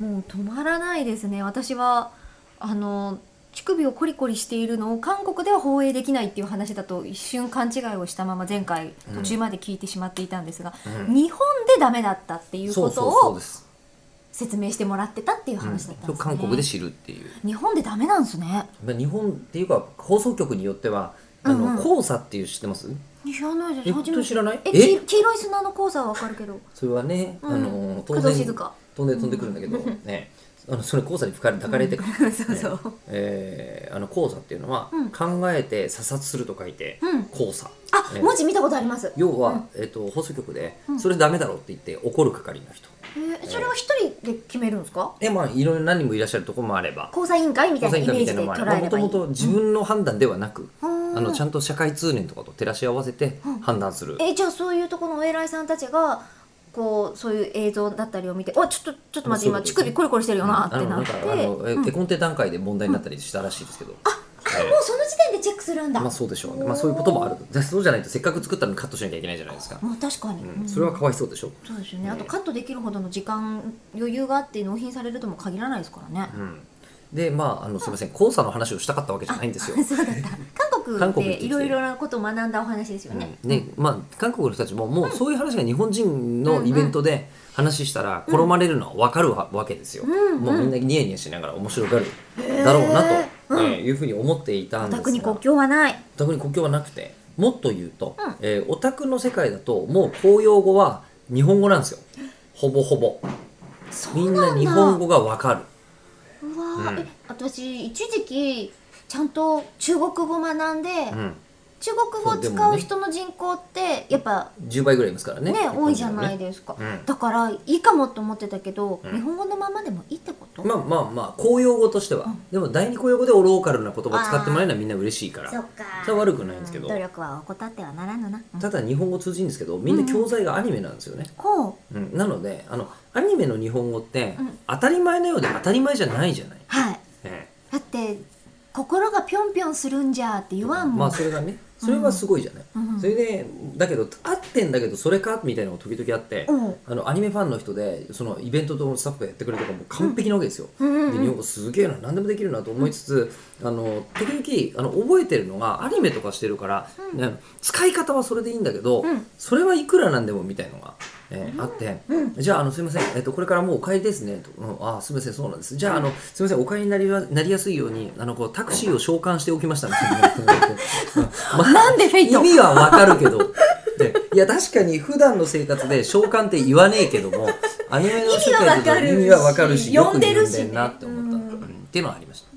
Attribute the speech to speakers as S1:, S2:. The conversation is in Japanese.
S1: もう止まらないですね私はあの乳首をコリコリしているのを韓国では放映できないっていう話だと一瞬勘違いをしたまま前回
S2: うん
S1: 途中まで聞いてしまっていたんですが、
S2: うん
S1: 日本でダメだったっていう
S2: そ
S1: こと
S2: うそうそう
S1: を
S2: です、
S1: 説明してもらってたっていう
S2: うん、
S1: 話だったんですね、
S2: そう韓国で知るっていう
S1: 日本でダメなんですね
S2: まあ日本っていうか放送局によってはあの、
S1: うんうん
S2: 黄砂っていう知ってます
S1: 知らないです
S2: え本
S1: 初
S2: 当
S1: め
S2: に知
S1: て
S2: らない
S1: え
S2: え
S1: き黄色い砂の黄砂はわかるけど、
S2: それはね、
S1: うん
S2: あの
S1: 工
S2: 飛んで
S1: 藤静香
S2: 飛んで飛んでくるんだけど、ねあのそれ黄砂に吹かれ抱かれて、
S1: うんそう そう、
S2: えーあの黄砂っていうのは、
S1: うん
S2: 考えて査察すると書いて
S1: うん、
S2: 黄砂
S1: あ
S2: ね
S1: 文字見たことあります
S2: 要は、えっと放送局で、
S1: うん
S2: それダメだろって言って怒る係の人
S1: えーそれは一人で決めるんですか
S2: えまあいろいろ何人もいらっしゃるところもあれば
S1: 交際委員会みたいなイメージで
S2: もあ
S1: 捉
S2: ば
S1: え
S2: も
S1: れ
S2: と
S1: ばいい
S2: もと自分の判断ではなく、
S1: あ
S2: あのちゃ
S1: ん
S2: んと社会通念とかと照らし合わせて
S1: うん
S2: 判断する、
S1: えじゃあそういうところのお偉いさんたちがこうそういう映像だったりを見て「おちょっとちょっと待って
S2: まあ
S1: 今乳首コリコリしてるよな」って
S2: あの
S1: な
S2: な
S1: っ
S2: ん
S1: て
S2: か
S1: あ
S2: あ
S1: もう
S2: のえ絵コンテ段階で問題になったりしたらしいですけど、えー
S1: その時点でチェックするんだ、
S2: まあそうでしょうね、まあ、そういうこともあるでそうじゃないとせっかく作ったのにカットしなきゃいけないじゃないですか、
S1: まあ確かに、
S2: うん
S1: うん
S2: それはかわいそうでしょう、
S1: そうですよねあとカットできるほどの時間余裕があって納品されるとも限らないですからね、
S2: うん、でまああのすみません黄砂の話をしたかったわけじゃないんですよ
S1: そうだった韓
S2: 韓
S1: 国
S2: 国
S1: で
S2: に行ってきて
S1: いろいろなことを学んだお話ですよね、
S2: うんでまあ、韓国の人たちももうそういう話が日本人のイベントで話したら転まれるのは分かるわわけですよ、
S1: うん
S2: もうみんなニヤニヤしながら面白がるだろうなと、
S1: うん
S2: えーいうふうに思っていたん
S1: お
S2: ですが
S1: 宅に国境はない
S2: オタクに国境はなくてもっと言うと、
S1: うん
S2: えーオタクの世界だともう公用語は日本語なんですよほぼほぼみんな日本語が分かる
S1: うわー、
S2: うん
S1: え私一時期ちゃんと中国語学んで、
S2: うん、
S1: 中国語を使う人の人口ってやっぱ
S2: 10倍ぐらいいますからね
S1: ね多いじゃない
S2: で
S1: ですか、
S2: うん
S1: だからいいかもと思ってたけど、
S2: うん
S1: 日本語のままでもいいってこと、
S2: まあまあまあ公用語としては、でも第二公用語でローカルな言葉使ってもらえるのはみんな嬉しいから
S1: そっか
S2: それは悪くないんですけど
S1: う努力は怠ってはならぬな、うん
S2: ただ日本語通じるんですけどみんな教材がアニメなんですよね、
S1: ほう
S2: うんなのであのアニメの日本語って、
S1: うん
S2: 当たり前のようで当たり前じゃないじゃない、
S1: はい
S2: え
S1: だって心がぴょんぴょんするんじゃって
S2: え
S1: 言わんもん、
S2: まあそれがねそれはすごいじゃない、
S1: うん
S2: それでだけど合ってんだけどそれかみたいなのが時々あって、
S1: うん
S2: あのアニメファンの人でそのイベントとスタッフがやってくれるとかもう完璧なわけですよ、
S1: うんうんうん
S2: で日本語すげえな何でもできるなと思いつつ、あの時々あの覚えてるのがアニメとかしてるから、
S1: うん
S2: ね使い方はそれでいいんだけど、
S1: うん
S2: それはいくらなんでもみたいのが、えーあって、じゃああのすいません、えっとこれからもうお帰りですねと、うん、あすいませんそうなんですじゃああのすいませんお帰りになりわなりやすいようにあのこうタクシーを召喚しておきましたみたいな まあ
S1: なんでフェイト
S2: 意味はわかるけど。でいや確かに普段の生活で召喚って言わねえけど もアニメの世界での意味はわかるし
S1: 意味は
S2: よ
S1: わかるし呼
S2: く言うん
S1: んでるし
S2: だなって思った、うんっていうのはありました